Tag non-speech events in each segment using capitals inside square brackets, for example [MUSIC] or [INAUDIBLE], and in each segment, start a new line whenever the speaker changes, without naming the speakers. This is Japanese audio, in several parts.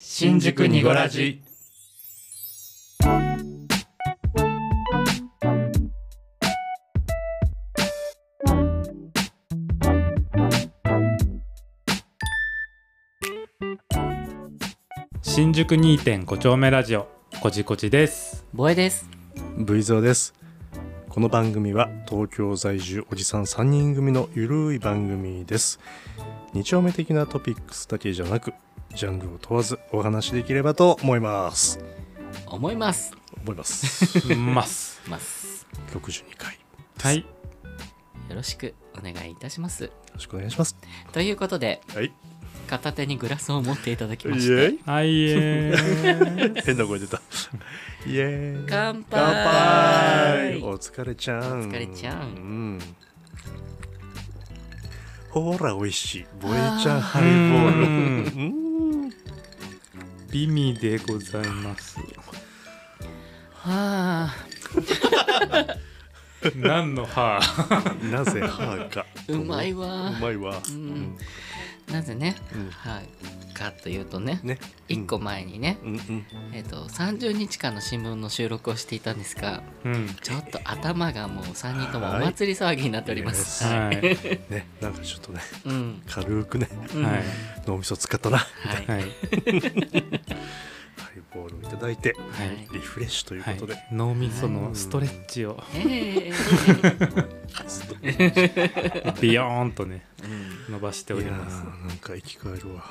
新宿にごらじ新宿2.5丁目ラジオこじこじです
ボエです。
V ゾーですこの番組は東京在住おじさん3人組のゆるい番組です二丁目的なトピックスだけじゃなくジャンルを問わずお話しできればと思います
思います。
思います [LAUGHS]
ます
ます。
62回よ
[LAUGHS] はい
よろしくお願いいたします。
ろしくお願いします
ということで、
はい
片手にグラスを持っていただき
イエ
まして、
ーイ
はいえー
変な声出た [LAUGHS] イエーイ
乾杯
乾杯お疲れちゃん
お疲れちゃん
うんほら美味しいボエちゃんハイボ [LAUGHS] ールうん
美味でございます
はあ、
[LAUGHS] 何の歯
なぜ歯か
うまいわ
うまいわ
うんなぜね、
うん
はい、かというとね、
ね
一個前にね、
うんうん
えっ、と30日間の新聞の収録をしていたんですが、
うん
ちょっと頭がもう3人ともお祭り騒ぎになっております。
はい
はい
ねなんかちょっとね
うん、
軽くね
うん
はい
脳みそ使ったなハ
はい、
はい
イボールをいただいて
はい
リフレッシュという
は
ことで、
い脳みそのストレッチを
ええ
ずっと
ビヨーンとね
うん
伸ばしており
いや
ます
ーなんか生き返るわ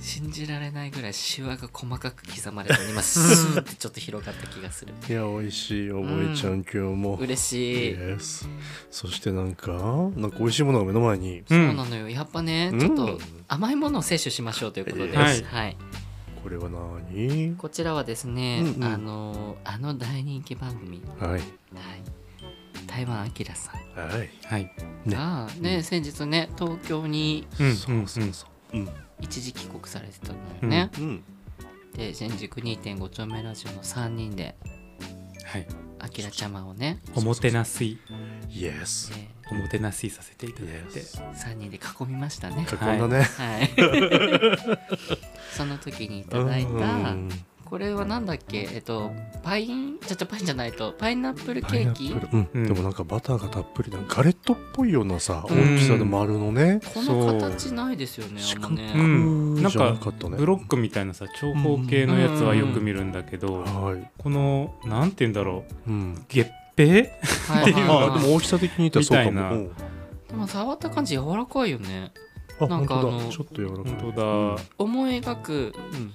信じられないぐらいシワが細かく刻まれて今スーってちょっと広がった気がする
いや美味しいよボエちゃん、今日も
嬉しい、
Yes そしてなんかなんか美味しいものが目の前に
う
そうなんのよやっぱね
うん
ちょっと甘いものを摂取しましょうということで、
はい
はい、
これは何
こちらはですね、
うんうん
あのあの大人気番組、
はい
はい、台湾あきらさん
はい
はい
がね先日ね東京に
うん
そうそうそううん
一時帰国されてたのよね、
うん
で新宿2.5丁目ラジオの3人で
はい
あきらちゃまをね、
おもてなすい
Yes
え
おもてなすいさせていただいて
Yes
ー3人で囲みましたね
囲んだね
はい。 [LAUGHS] その時にいただいた、これはなんだっけ、えっと、パイン、ちょっとパインじゃないと、パイナップルケーキ。
ル、うん
うん
でもなんかバターがたっぷりなガレットっぽいようなさ
う
大
ん
きさの丸のね、
この形ないですよね、
そう
あんま
う
ね。
んなん
じゃな
か
かったね
ブロックみたいなさ長方形のやつはよく見るんだけど
はい、
このなんて言うんだろう
うん、
月餅
はいは
あ [LAUGHS] で
いはい
も大きさ的に言ったらそうかも
み
でも触った感じ柔らかいよね。
うんあ
なん
本
かあ
当
の
だちょっと柔らかい
本当だ
思い描く
うん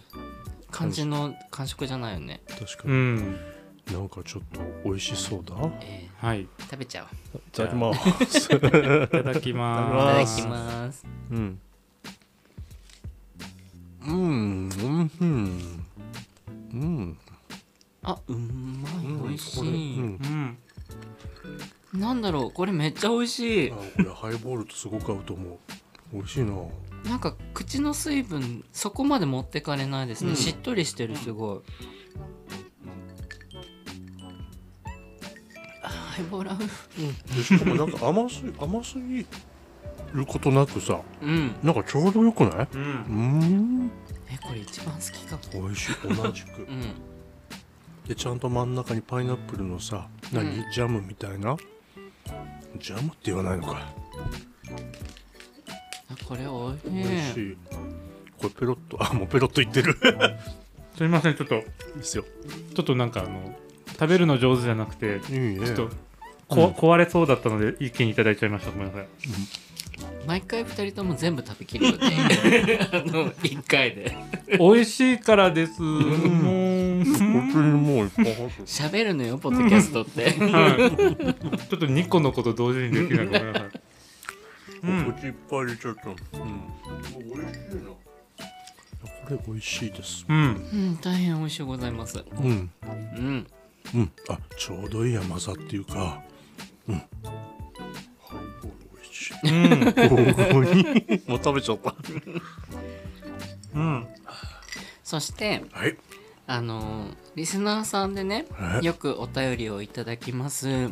感じの感触じゃないよね。
確か
う
に、
ん
なんかちょっと美味しそうだ
え
はいい
ー食べちゃおう。
いただきます、
ただき
いただ
ま
き
す
ます。
[LAUGHS] うん、うんうんうんうん
あ、うまい、美味し
これう
い。
ん
うん
なんだろう、これめっちゃ美味し
あ
い。
これハイボールとすごく合うと思う美味しいな
なんか口の水分そこまで持ってかれないですね、
うん
しっとりしてるすごい、あハイボール合う
でしかもなんか甘すぎ甘すぎることなくさ
うん
なんかちょうどよくないううー
ん
ん
えこれ一番好きかも
美味しい同じく
うん
でちゃんと真ん中にパイナップルのさ何、
うん
ジャムみたいなジャムって言わないのか
あこれ美
美
味
味
し
し
い
いこれペロッとあもうペロッといってる
すみませんちょっと
ですよ
ちょっとなんかあの食べるの上手じゃなくて
いいね
ちょっとこ、壊れそうだったので一気にいただいちゃいましたごめんなさい
毎回2人とも全部食べきるよね [LAUGHS] あの1回で
美味しいからです。もう
本当にもういっぱい入ってる
喋るのよポッドキャストって
はいちょっと2個のこと同時にできないごめんなさい。うん
お口いっぱいでちょっとうん美味しいなこれ美味しいです
うん。
うん大変美味しいございます
うん
うん
うん、あちょうどいい甘さっていうか、うん。ハイボール美味しい。
うん。
もう食べちゃった。
うん。
そして
はい。
あのーリスナーさんでね
はい
よくお便りをいただきます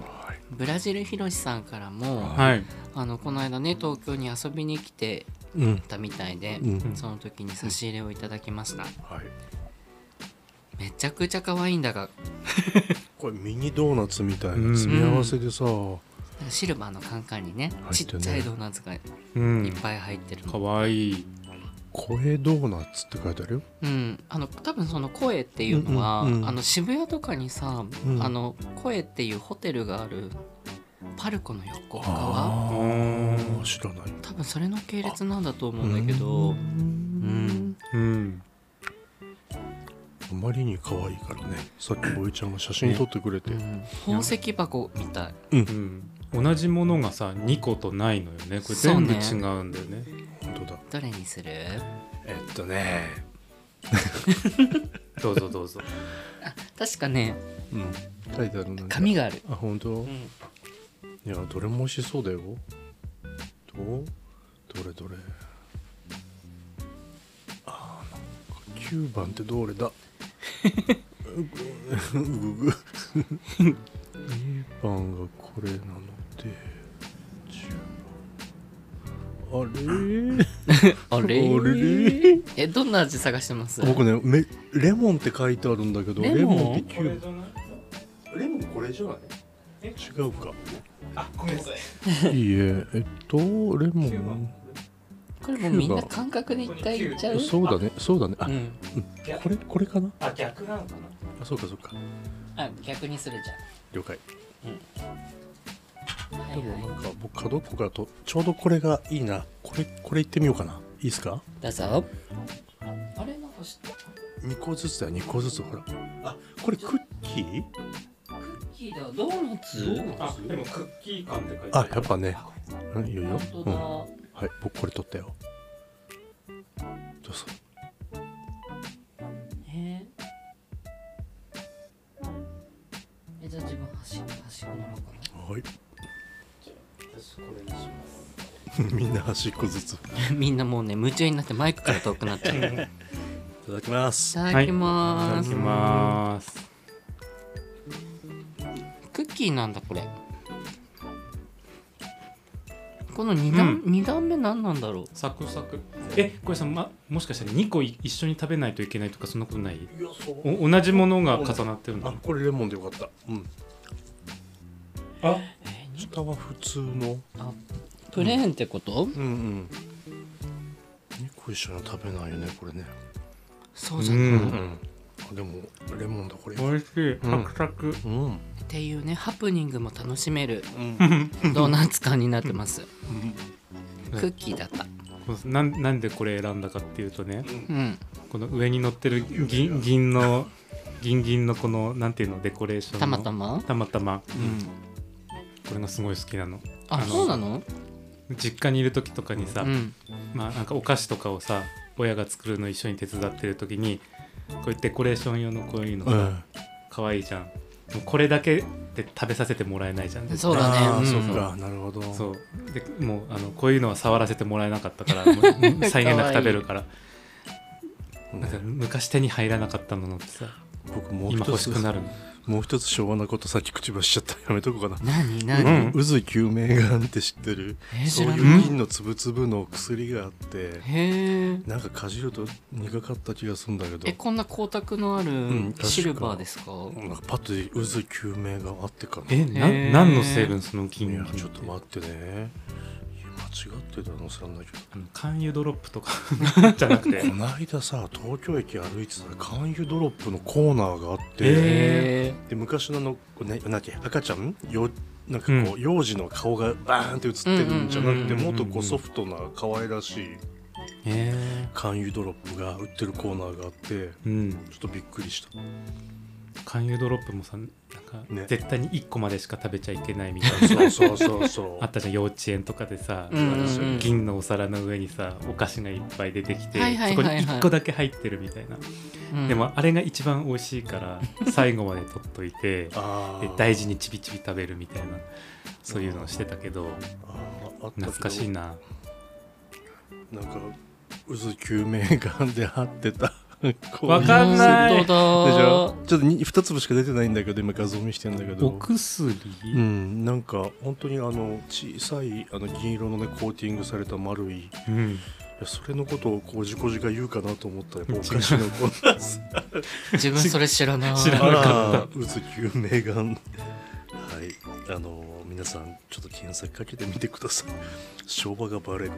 ブラジルひろしさんからも
はい。
あのこの間ね東京に遊びに来て
うん
たみたいで、
うん
その時に差し入れをいただきました、
はい
めちゃくちゃ可愛いんだが
これミニドーナツみたい
うん
な詰め合わせでさ、
シルバーのカンカンにね
入
ち
っ
って
ね
ちゃいドーナツがいっ
うん
ぱい入ってるの
かわいい
声ドーナツって書いてあるよ
うん、あの多分その声っていうのは、
うんうんうん
あの渋谷とかにさ、
うん
あの声っていうホテルがあるパルコの横側
あー知らない
多分それの系列なんだと思うんだけど
う
うんん
うん
あまりに可愛いからねさっきおいちゃんが写真撮ってくれて、
うん宝石箱みたい
うん同じものがさ2個とないのよねこれ
そう
全部
ね
違うんだよね
本当だ
どれにする
えっとね
どうぞどうぞ
確かね
うん書いてあるんだ
紙がある、
あ本当、いやどれも美味しそうだよどうどれどれあーなんか9番ってどれだうぐうぐ2番がこれなので10番あれ
あれ
あれ
えどんな味探してます
僕ねめレモンって書いてあるんだけど
レ
レ
モン
モンって9
ゃない
レモンこれじゃない違うか
あごめんなさい
いいええっとレモン
これもうみんな感覚で一回いっちゃう、
そうだねそうだねあ
うん、
これこれかな
あ逆なのかな
あそうかそうか
あ逆にするじ
了解
ゃん、はい
でも
はい
なんか僕角っこからとちょうどこれがいいなこれこれいってみようかないいっすか
どうぞあれなんか知って
2個ずつだよ2個ずつほらあこれクッキー
クッキーだドーナツ
あでもクッキー感って書いて
あやっぱねうんいいよいいよ、
本
う
当だ、
ん、はい僕これ取ったよどうぞ
えーえじゃあ自分端っこ端っこなのか
はい [LAUGHS]
私これにします
みんな端っこずつい
な [LAUGHS] みんなもうね夢中になってマイクから遠くなっちゃうい
ただきます
ただきまー
い
す、
きます
クッキーなんだこれこの2段,、二段目何なんだろう
サクサクえこれさ、ま、もしかしたら2個い一緒に食べないといけないとかそんなことない
いやそう
お同じものが重なってる
あ
の
これレモンでよかったうん
あ
えーに
下は普通の
あプレーンってこと、
うんうん2個一緒に食べないよねこれね
そうじゃない、
う
うん
っ
んあでもレモンだこれ
美味しいサクサク、
うんうん
ていうねハプニングも楽しめるドーナツ感になってますクッキーだった
こうなんなんでこれ選んだかっていうとね
うん
この上に乗ってる銀銀の銀銀のこのなんていうのデコレーションの
たまたま
たまたまこれがすごい好きなの
あ
あの
そうなの
実家にいる時とかにさ、
うん
まあなんかお菓子とかをさ親が作るの一緒に手伝ってる時にこういうデコレーション用のこういうの
う
さ、
ん
可愛いじゃんもうこれだけで食べさせてもらえないじゃん絶対
そうだね
あー
うん
そっかなるほど
そうでもうあのこういうのは触らせてもらえなかったからも
[LAUGHS]
う際限なく食べるから
うん
なんか昔手に入らなかったものってさ
僕もう
今
一
欲
つ
しくなるの
もう一つ昭和なことさっき口ばしちゃったやめとこうかな
何
う
何
ん
渦救命眼って知ってる
えー知
そう
ら
い
な
う
い
銀のつぶつぶの薬があっ
へ
て
え
なんかかじると苦かった気がするんだけど
えこんな光沢のあ
ん
る
確か
シルバーですか
なんかパッと渦救命眼あってかな
えな
へー
何の成分その
い
金
や
銀
ちょっと待ってねいや間違ってたの知らないけど
あの甘油ドロップとか [LAUGHS] じゃなくて
[LAUGHS]
こないださ東京駅歩いてたら勧誘ドロップのコーナーがあって、
え
へ
で昔のあの、こうね、なんだっけ赤ちゃんよなんかこう、幼児の顔がバーンって映ってるんじゃなくて、
うんうんうんうん
もっとこうソフトな可愛らしい
え
勧誘ドロップが売ってるコーナーがあって
ーうん
ちょっとびっくりした
[LAUGHS] 甘油ドロップもさなんか
ね
絶対に1個までしか食べちゃいけないみた
[LAUGHS]
いな
そうそうそうそ
あったじゃん幼稚園とかでさ、
うん
うんうん
銀のお皿の上にさお菓子がいっぱい出てきて、
はいはいはいはい
そこに1個だけ入ってるみたいな、
え、うん
でもあれが一番美味しいから最後まで取っといて
あ
で
ー
大事にちびちび食べるみたいなそういうのをしてたけど
あーあったけど
懐かしいな
なんか渦救命眼で張ってた
わかんない
本当
で
だ
しょちょっとに2粒しか出てないんだけど今画像見してんだけ
お
ど
薬、
うんなんか本当にあの小さいあの銀色のねコーティングされた丸いい
うん、
やそれのことをこうじこじが言うかなと思ったらやっぱお菓子のコーナーです
自分それ知らない
知ら
あ
な
らうつ救命がんはいあの皆さんちょっと検索かけてみてください相場がバレ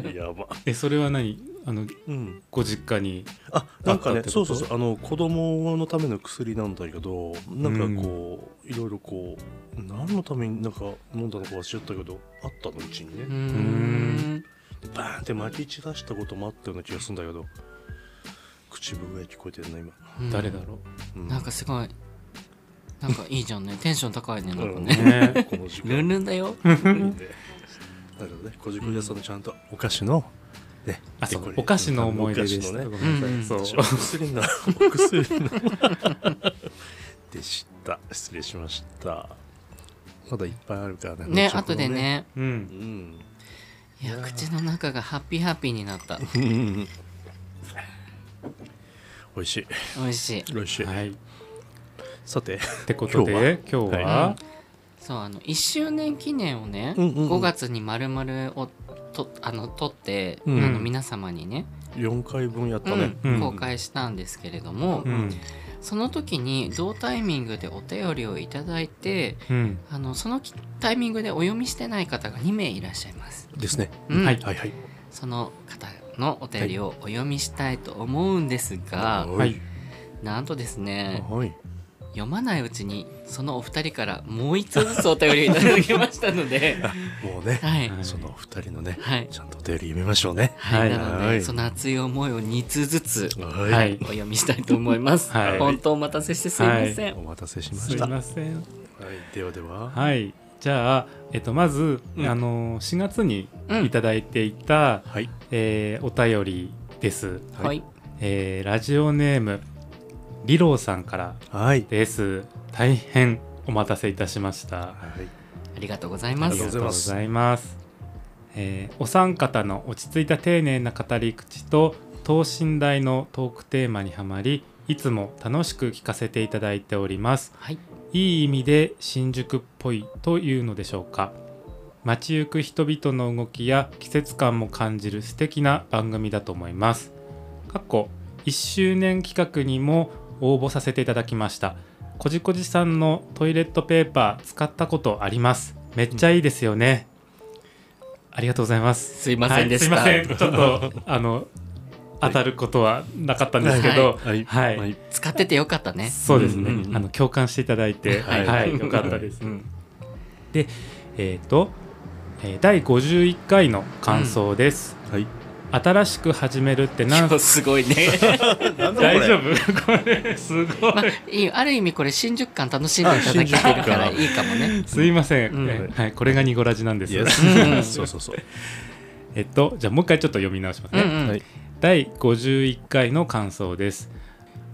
るやば
えそれは何あの
うん
ご実家に
あなんか
あったっ
ね
てこと
そうそうそうあの子供のための薬なんだけどなんかこう、いろいろこう何のためになんか飲んだのか忘れちゃったけどあったのうちにね、
うーん
バーンって撒き散らしたこともあったような気がするんだけど口笛聞こえてるな今、
誰だろ
うん
なんかすごいなんかいいじゃんねテンション高いねなん
う、
かね
ね
この時間
[LAUGHS] ルンルンだよ
いいねだからね、こじこじ屋さんのちゃんとお菓子の、ね、
あそう
デコレ
お菓子の思い出でし
お菓
た
子のね
ごめんなさい、
うんうん
そう
お薬の、お薬の。 [LAUGHS] でした。失礼しました。まだいっぱいあるからね。
ね
後ほ
後
ど
で。ね
う
うんん。
いや口の中がハッピーハッピーになった
美味しい。
美味しい
美味しい。
はいっ
さて、
てことで今日は
今日
はそうあの1周年記念をね、
うんうんうん
5月に丸々をとあの撮って、
うん
あの皆様にね、
4回分やったね。
う
うん
ん公開したんですけれども、
うん
その時に同タイミングでお便りをいただいて
うん、
あのそのきタイミングでお読みしてない方が2名いらっしゃいます、
ですね。
うん
はい
はいはい。
その方のお便りをお読みしたいと思うんです
は
が、
はいい。
なんとですね
はい。
読まないうちにそのお二人からもう1通ずつお便りをいただきました
[LAUGHS]
ので
もうね、
はい
はい
そのお二人のね、
はい
ちゃんとお便り読みましょうね。
はい、なので、
はい
その熱い思いを2通ずつ
は
はい
お読みしたいと思います。
はい
本当お待たせしてすいません。
お待たせしま
す
し
い
た。
ません
はい、ではでは。
はいじゃあ、えっと、まず、
うん
あの4月に
うん
いただいていた、
はい。
えーお便りです、
は
はい
い、
えーラジオネームリローさんから
はい。
です大変お待たせいたしました
はい。
ありがとうございま
あり
す
が。と
と
う
う
ご
ご
ざ
ざ
います。えーお三方の落ち着いた丁寧な語り口と等身大のトークテーマにはまりいつも楽しく聞かせていただいております
はい、
いい意味で新宿っぽいというのでしょうか街行く人々の動きや季節感も感じる素敵な番組だと思います過去1周年企画にも応募させていただきましたこじこじさんのトイレットペーパー使ったことありますめっちゃいいですよね、ありがとうございます
すいませんでした。
はい、すいませんちょっとあの当たることはなかったんですけど
はい。
はい
はい。
使っててよかったね。
そうですね、
うんうんうん
あの共感していただいて、は、
はいい
よかったです。で、えっ、と、えー第51回の感想です。
はい。
新しく始めるってなん
今日すごいね。
大丈夫 [LAUGHS] これすごい、
まあ、いい [LAUGHS] ある意味これ新宿感楽しんでいただけてるから
あ新宿感
いいかもね。
すいません、
うん
えーはい、これがニゴラジなんです。
イエ
うん
ス。そうそうそう。
えっと、じゃあもう一回ちょっと読み直します
うん
ね。
うん、
はい。
第51回の感想です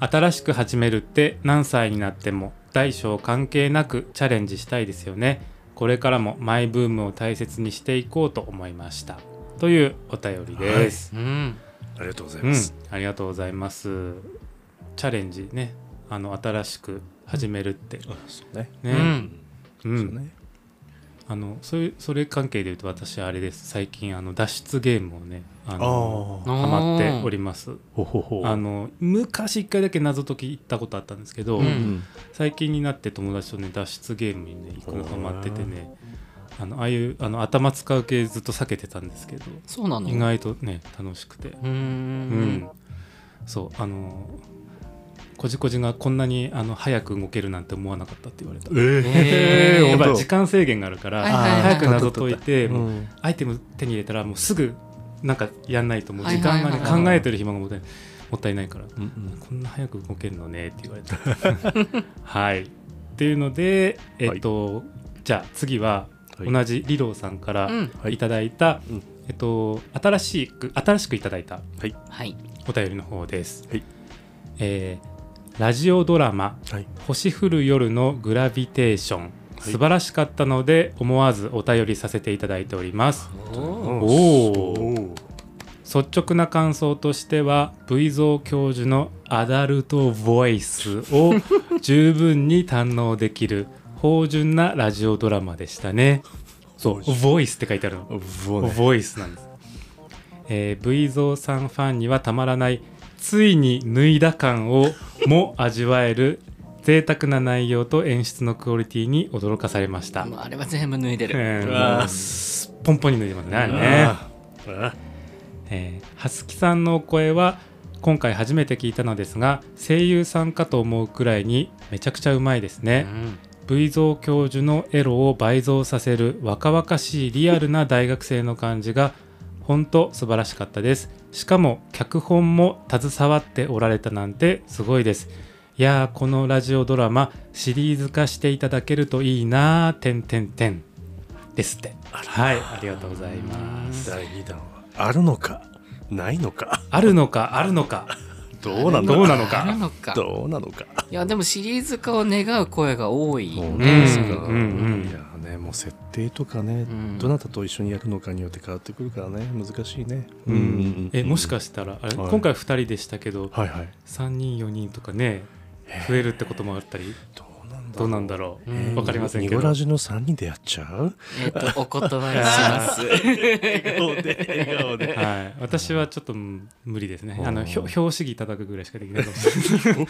新しく始めるって何歳になっても大小関係なくチャレンジしたいですよねこれからもマイブームを大切にしていこうと思いましたというお便りです、
うん、
ありがとうござい
うん
ます。
ありがとうございますチャレンジねあの新しく始めるって
あ、そうね。
う
ね、
ん、
うん
そうね。
あのそれそれ関係で言うと私あれです最近あの脱出ゲームをねあ
ああ。
の
ほ
ハマっております
ほほ。
あの昔一回だけ謎解き行ったことあったんですけど、
う
うんん。
最近になって友達とね脱出ゲームにね行くのが待っててねあのああいうあの頭使う系ずっと避けてたんですけど
そうなの。
意外とね楽しくて
うー
うん
ん、
そうあのこじこじがこんなにあの早く動けるなんて思わなかったって言われた
え
えー
[LAUGHS]
え。
やっ
ほん
ぱ
と
時間制限があるから、
はいはいはい
早く謎解いて、
う
もうんアイテム手に入れたらもうすぐなんかやんないともう
はい
時
はい
間
は
が
い
ね考えてる暇がもったいもったいないから
うんうん
こんな早く動けるのねって言われた。 [LAUGHS] はい。っていうので、えっと、じゃあ次は
はい
同じリローさんか
う
ら
ん、
はい
いただいた、
うん
えっと新しく新しくいただいた
はい、
お便りの方です。
はい
えーラジオドラマ
はい。
星降る夜のグラビテーション。素晴らしかったので思わずお便りさせていただいております。
おー
おー
おー。
率直な感想としては V 蔵教授のアダルトボイスを十分に堪能できる芳醇なラジオドラマでしたねそう「ボイス」って書いてあるの
ボね
ボイスなんです、えー、V ゾーさんファンにはたまらないついに脱いだ感をも味わえる贅沢な内容と演出のクオリティに驚かされました、
もうあれは全部脱いでる。
えー
うわー
もうすポンポンに脱いでますねあれね
あーあ
えー、はすきさんのお声は今回初めて聞いたのですが声優さんかと思うくらいにめちゃくちゃうまいですね、V 蔵教授のエロを倍増させる若々しいリアルな大学生の感じが本当素晴らしかったですしかも脚本も携わっておられたなんてすごいですいやーこのラジオドラマシリーズ化していただけるといいなーてんてんてんですってはいありがとうございま
ー
す
第2弾はあるのかないのか
あるのかあるのか
どうなんだ
どうなの
ある
か
のか。
どうなのか
いやでもシリーズ化を願う声が多い
もう
ね。
ね、
ん
そ
そうう
いう
だ
の
うんうん
いやねもう設定とかね、
うん
どなたと一緒にやるのかによって変わってくるからね難しいね、
うんえもし
し
かしたらあれ、
はい
今回2人でしたけど
はいはい
3人4人とかね増えるってこともあったり
どうなんだ
どうなんだろう、
うん
わかりませんけど
ニゴラジの3人でやっちゃう
えっとお断りします。
笑顔で笑顔で
はい、私はちょっとうん無理ですね
おー
あのひょ表紙着いただくぐらいしかできないかもしれ
[LAUGHS]
ない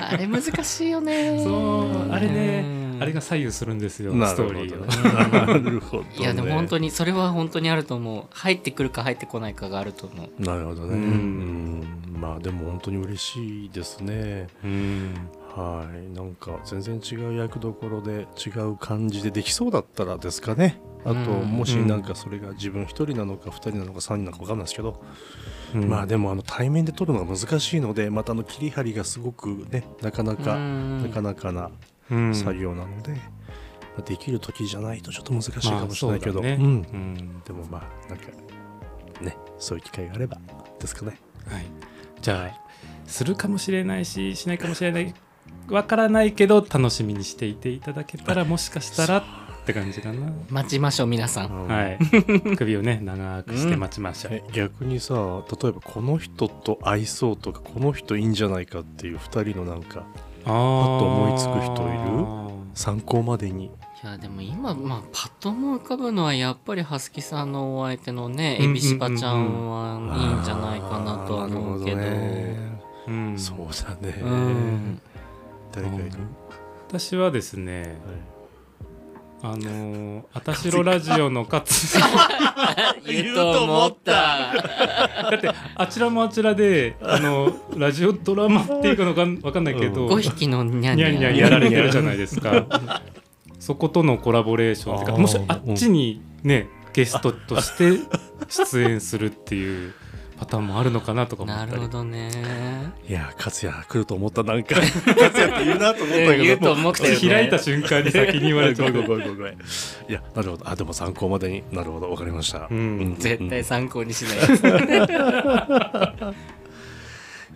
あれ難しいよね。
そうあれね
うん
あれが左右するんですよ
な
ス
る
ト
ほ
ー
ど
リ
ね
ーを、
なるほどね
いやでも本当にそれは本当にあると思う。入ってくるか入ってこないかがあると思う。
なるほどね、
う
うんまあでも本当に嬉しいですね
うん
はいなんか全然違う役どころで違う感じでできそうだったらですかねあと
うん
もしなんかそれが自分1人なのか2人なのか3人なのか分かんないですけど、
うん
まあでもあの対面で撮るのが難しいのでまたあの切り張りがすごくねなかなか、
うん
なかなかな
うん
作業なので、まあできる時じゃないとちょっと難しいかもしれないけど、
まあそうだね
うん
うん
でもまあなんかねそういう機会があればですかね、
はい、じゃあするかもしれないししないかもしれないわからないけど楽しみにしていていただけたらもしかしたらって感じかな
待ちましょう皆さん。
はいい [LAUGHS] 首をね長くして待ちましょう、
え逆にさ例えばこの人と合いそうとかこの人いいんじゃないかっていう2人のなんか
あー
パッと思いつく人参考までに
いやでも今まあパッと思い浮かぶのはやっぱりはすきさんのお相手のね
うんうんうんう
エ
ん
ビシバちゃんはいいんじゃないかなとは思うけど。
あーなるほどね
うん、
そうだね、
うん
誰がいる、
私はですね
はい
あのー、あたしろラジオの勝
言うと思った。
だって [LAUGHS] あちらもあちらであのラジオドラマっていうかのかんわかんないけど、
5匹のニャンニ
にゃ
ャン
にゃにやられてるじゃないですかそことのコラボレーションっていう
あ
か
ー
もしあっちにねゲストとして出演するっていうパターンもあるのかなとか思っ
な
たり
るほどね。
いや勝也来ると思ったなん
[LAUGHS]
か勝也って言うなと思ったけど
言うと思ったよね。
開いた瞬間に先に言われ
[LAUGHS]
ちゃ
ご
う
め [LAUGHS] んごめんごめんごめんいやなるほどあでも参考までになるほどわかりました、
うん
絶対参考にしない。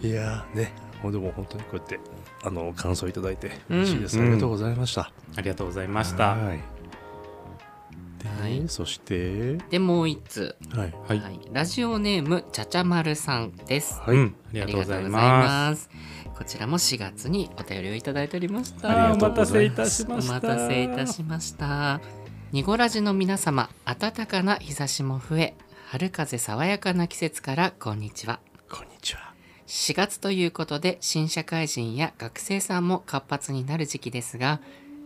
いやーねもうでも本当にこうやってあの感想いただいて
うん
嬉しいです、
うん
ありがとうございました、
ありがとうございましたは
はいで、
はい
そして
[LAUGHS] でもう一つ、
はい
い、
はい、ラジオネームちゃちゃまるさんです。
はい、
うん、ありがとうございます
す。こちらも4月にお便りをいただいておりました。
ありがとうございます
お待たせいたしま
お
した
待たせいたしました。ニゴラジの皆様、暖かな日差しも増え、春風爽やかな季節からこんにちは。
こんにちは
4月ということで新社会人や学生さんも活発になる時期ですが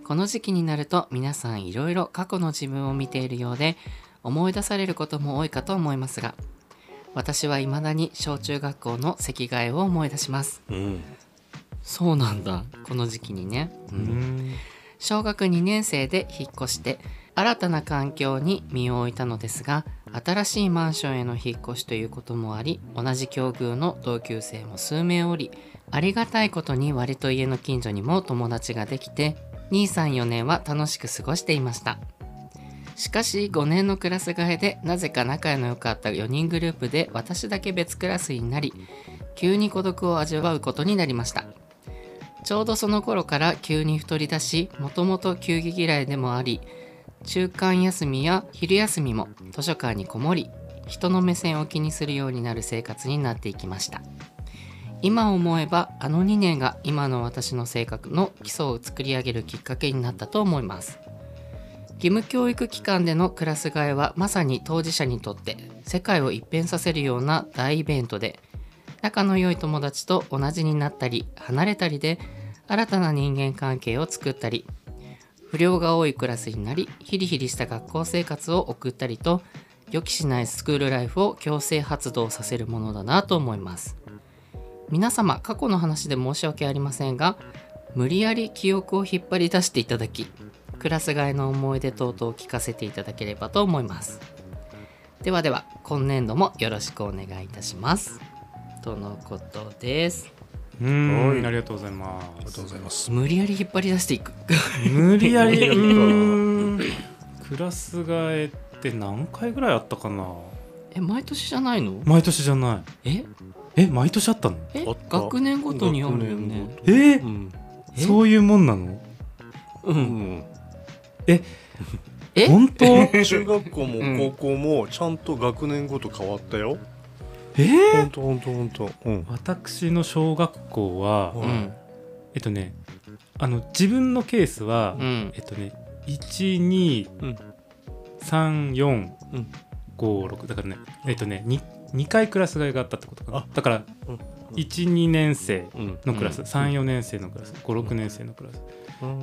この時期になると皆さんいろいろ過去の自分を見ているようで思い出されることも多いかと思いますが私は未だに小中学校の席替えを思い出します
うん
そうなんだこの時期にね
うん
小学2年生で引っ越して新たな環境に身を置いたのですが新しいマンションへの引っ越しということもあり同じ境遇の同級生も数名おりありがたいことに割と家の近所にも友達ができて234年は楽しく過ごしていましたしかし5年のクラス替えでなぜか仲の良かった4人グループで私だけ別クラスになり急に孤独を味わうことになりましたちょうどその頃から急に太り出し、もともと球技嫌いでもあり、中間休みや昼休みも図書館にこもり、人の目線を気にするようになる生活になっていきました今思えばあの2年が今の私の性格の基礎を作り上げるきっかけになったと思います義務教育機関でのクラス替えはまさに当事者にとって世界を一変させるような大イベントで仲の良い友達と同じになったり離れたりで新たな人間関係を作ったり不良が多いクラスになりヒリヒリした学校生活を送ったりと予期しないスクールライフを強制発動させるものだなと思います皆様過去の話で申し訳ありませんが無理やり記憶を引っ張り出していただきクラス替えの思い出等々を聞かせていただければと思いますではでは今年度もよろしくお願いいたしますとのことです
うーん、
はい
ありがとうございま
りがとう
す
ございます。
無理やり引っ張り出していく
無理やり
う
う
ー
ーんクラス替えって何回ぐらいあったかな
え毎年じゃないの
毎年じゃない
え
え毎年あったの
え
あった
学年ごとにあるよ
学年
ね
ごと
えー
うん。
え
そういうもんなの
う
うんん。
え
本当え
中学校
うん
も高校もちゃんと学年ごと変わったよ。
ー
本当本当本当。うん。
私の小学校は
う
うんん
えっとねあの自分のケースは、
うん
えっとね12345、
うん
4
うん
5 6だからねえっとね 2, 2回クラス替えがあったってことかな
あ
だから
うん
12年生
うん。
のクラス、
うん
34年生のクラス56年生のクラス、
うん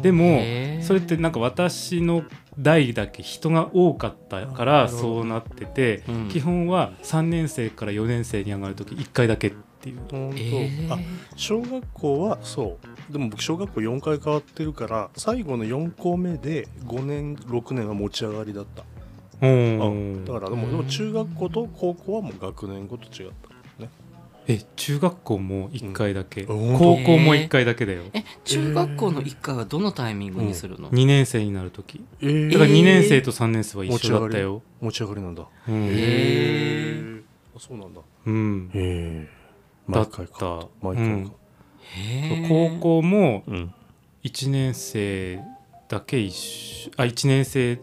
でも
へー
それってなんか私の代だけ人が多かったから
あなるほど
そうなってて、
うん
基本は3年生から4年生に上がる時1回だけっていう
本当、
えー
あ小学校はそうでも僕小学校4回変わってるから最後の4校目で5年6年は持ち上がりだった
うん
だからでもでも中学校と高校はもう学年ごと違ったね
え中学校も1回だけ、
うんあ
高
本当
校も1回だけだよ、
え中学校の一回はどのタイミングにするの、
2年生になる時
え
だから2年生と3年生は一緒だったよ、
持ち上がりなんだ
うん
へー
あそうなんだ
うん
へえ
だ
毎
った
回か毎回か
へー
高校も
うん
1年生だけ一緒あ1年生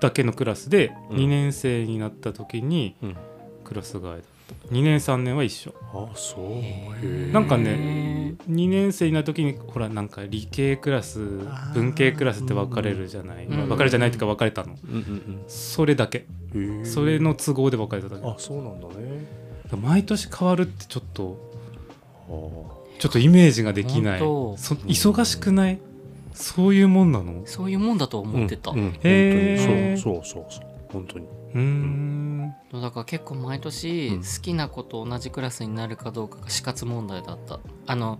だけのクラスで
うん
2年生になった時に
うん
クラス替えだった2年3年は一緒
あそう
へ
へ
ー
え
なんかね2年生になる時にほらなんか理系クラス
あー
文系クラスって分かれるじゃない
う
分
ん
かれるじゃないっていうか分かれたの
うんうん
それだけ
うんへえ
それの都合で分かれただけだ
あ
か
そうなんだね
ら毎年変わるってちょっと
あー
ちょっとイメージができない
本当
そ忙しくないそういうもんなの
そういうもんだと思ってた、
うんうん
へー
本当にそうそうそうそう本当に
うーん
だから結構毎年
うん
好きな子と同じクラスになるかどうかが死活問題だったあの、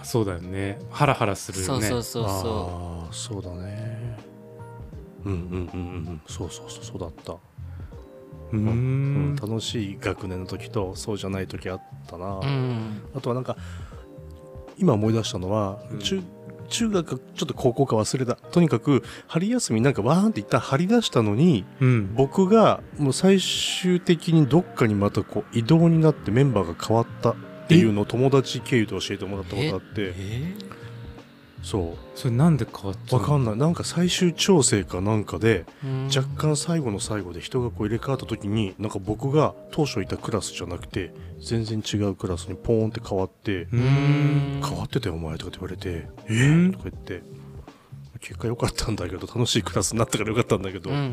あそうだよねハラハラする
そ
よ
う
ね
そうそうそ
ああそうだねうんうんうんうんうんそうそうそうそうだった、
うー
うん
ん
楽しい学年の時とそうじゃない時あったな、
ううん
あとはなんか今思い出したのは、
うん
中中学かちょっと高校か忘れたとにかく春休みなんかわーんって一旦張り出したのに
うん
僕がもう最終的にどっかにまたこう移動になってメンバーが変わったっていうのを友達経由で教えてもらったことあって
え
そ
それなんで変わっち
う
ゃう
わかん
ない
ないなんか最終調整かなんかで
うん
若干最後の最後で人がこう入れ替わった時になんか僕が当初いたクラスじゃなくて全然違うクラスにポーンって変わって
う
う
ーん
「変わってたよお前」とかって言われて「え
うん
ー、とか言って結果良かったんだけど楽しいクラスになったから良かったんだけど、
うんうん
う
うん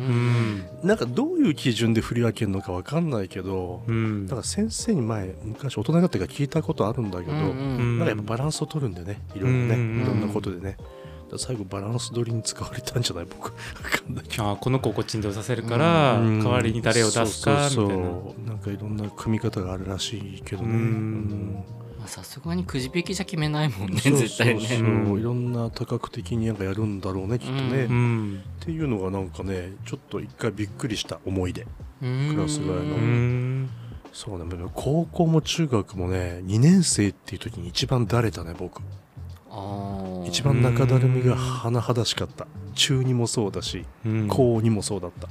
ん
なんかどういう基準で振り分けるのか分かんないけど、
うん
だから先生に前昔大人になってから聞いたことあるんだけど、
うん
なんかやっぱバランスを取るんでねいろいろね、
うん
いろんなことでね。だから最後バランス取りに使われたんじゃない僕わかんないけど
あーこの子をこっちに出させるから
うん
代わりに誰を出すかみた
そう
いな
そうそうなんかいろんな組み方があるらしいけどね
うん
うん
まあさすがにくじ引きじゃ決めないもんね
そうそう
絶対
そう
ね
うん
いろんな多角的になんかやるんだろうねきっとね、
う
うん
っていうのがなんかねちょっと一回びっくりした思い出
うん
クラス替えの
うーん
そうね高校も中学もね2年生っていう時に一番だれたね僕
ああ
一番中だるみが甚だしかった中2もそうだし
うん
高2もそうだった、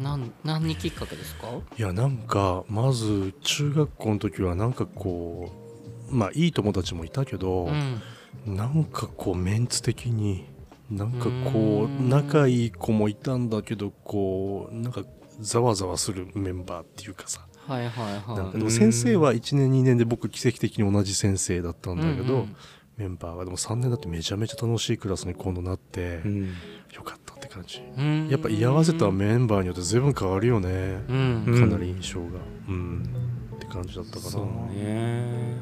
なん何にきっかけですか
いやなんかまず中学校の時はなんかこうまあいい友達もいたけど、
うん
なんかこうメンツ的になんか
うー
こうん仲いい子もいたんだけどこうなんかざわざわするメンバーっていうかさ
はいはい
なん
は
か
い
でも先生は1年2年で僕奇跡的に同じ先生だったんだけど、
うんうん
メンバーはでも3年だってめちゃめちゃ楽しいクラスに今度なって、
うん
よかったって感じ
うん
やっぱ居合わせたメンバーによって随分変わるよね、
うん
うん
かなり印象がうん、って感じだったかな
そうね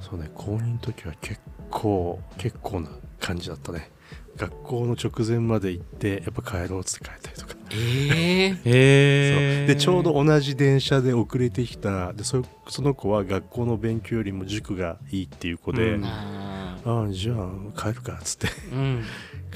そうね高2の時は結構結構な感じだったね学校の直前まで行ってやっぱ帰ろうっつって帰ったりとか、
ええ
えー、
そうでちょうど同じ電車で遅れてきたでそその子は学校の勉強よりも塾がいい [LAUGHS] っていう子で、
うん
あー
ああじゃあ帰るかっつって [LAUGHS]
うん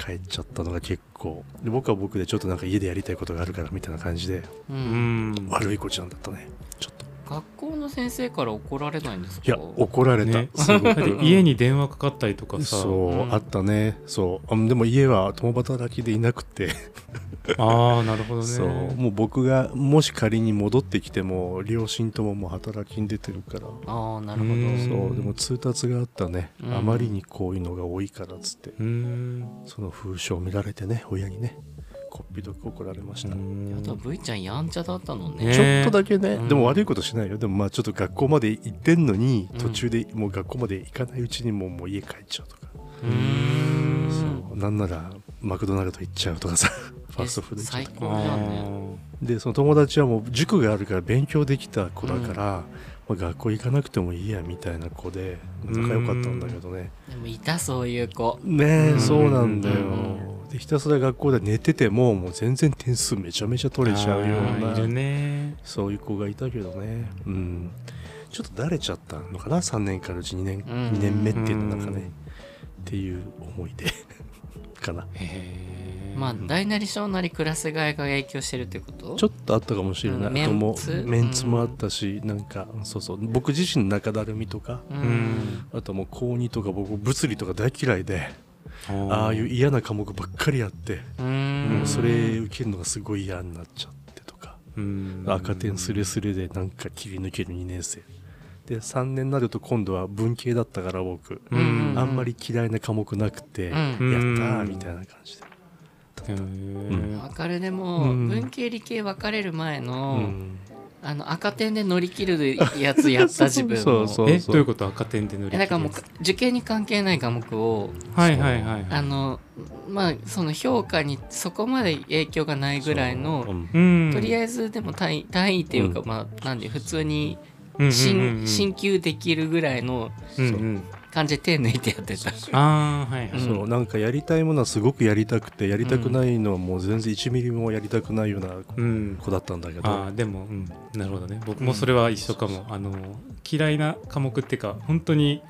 帰っちゃったのが結構で僕は僕でちょっとなんか家でやりたいことがあるからみたいな感じで
う
う
んん
悪い子ちゃんだったねちょっと
学校の先生から怒られないんですか
いや怒られた、
ね [LAUGHS]
すご
だって
く
家に電話かかったりとかさ
そう、
うん
あったねそうあでも家は共働きでいなくて、
ああなるほどね
そうもう僕がもし仮に戻ってきても両親とももう働きに出てるから
ああなるほ
うん
ど
そうでも通達があったね、
うん
あまりにこういうのが多いからっつって
うーん
その風習を見られてね親にねこっぴどく怒られました、
やだ V ちゃんやんちゃだったの
ね
ね
ちょっとだけね、
うん
でも悪いことしないよでもまあちょっと学校まで行ってんのに
うん
途中でもう学校まで行かないうちにもうもう家帰っちゃうとか、
うーん
そうなんならマクドナルド行っちゃうとかさファストフード行っちゃ
最
うとか
高だね
でその友達はもう塾があるから勉強できた子だから、まあ学校行かなくてもいいやみたいな子で仲良かったんだけどね、
でもいたそういう子
ねえ、
うん
そうなんだよ、
うん
でひたすら学校で寝ててももう全然点数めちゃめちゃ取れちゃ
あ
うよう
ー
ない
るね
そういう子がいたけどね、うん、ちょっとだれちゃったのかな3年からうち2年
うん
,2 年目っていうのなんか
う
ね
ん
っていう思い出 [LAUGHS] かな
へー
まあ大なり小なりクラス替えが影響してるってこと
ちょっとあったかもしれない、
うん
あと
メン
も
ツ
メンツもあったし、なんかそうそう僕自身の中だるみとか
う
う
んん
あともう高2とか僕物理とか大嫌いでああいう
う
嫌な科目ばっかりやって、
う
も
ん
うそれ受けるのがすごい嫌になっちゃってとか
ん
赤点スレスレでなんか切り抜ける2年生で3年になると今度は文系だったから僕、
う
うん
ん
あんまり嫌いな科目なくて、
う
やっ
ん
た
う
ー
ん
みたいな感じで、
へー
わかるでも、
うん
文系理系分かれる前
う
の、
ん
あの赤点で乗り切るやつやった自分も
[LAUGHS] そうそう
えどういうこと赤点で乗り切る
えなんかもう受験に関係ない科目を
はいはいはいはい
あのまあその評価にそこまで影響がないぐらい
そうう
の
ん
うん
とりあ
え
えずでも単位単位っていうか、
う
まあなんで普通に
ず
進進級できるぐらいの感じで手抜いてやってた。
ああはいはい
そうなんかやりたいものはすごくやりたくてやりたくないのはもう全然1ミリもやりたくないような
うん
子だったんだけど、
ああでも、うん、なるほどね僕もそれは一緒かも、あの嫌いな科目っていうか本当に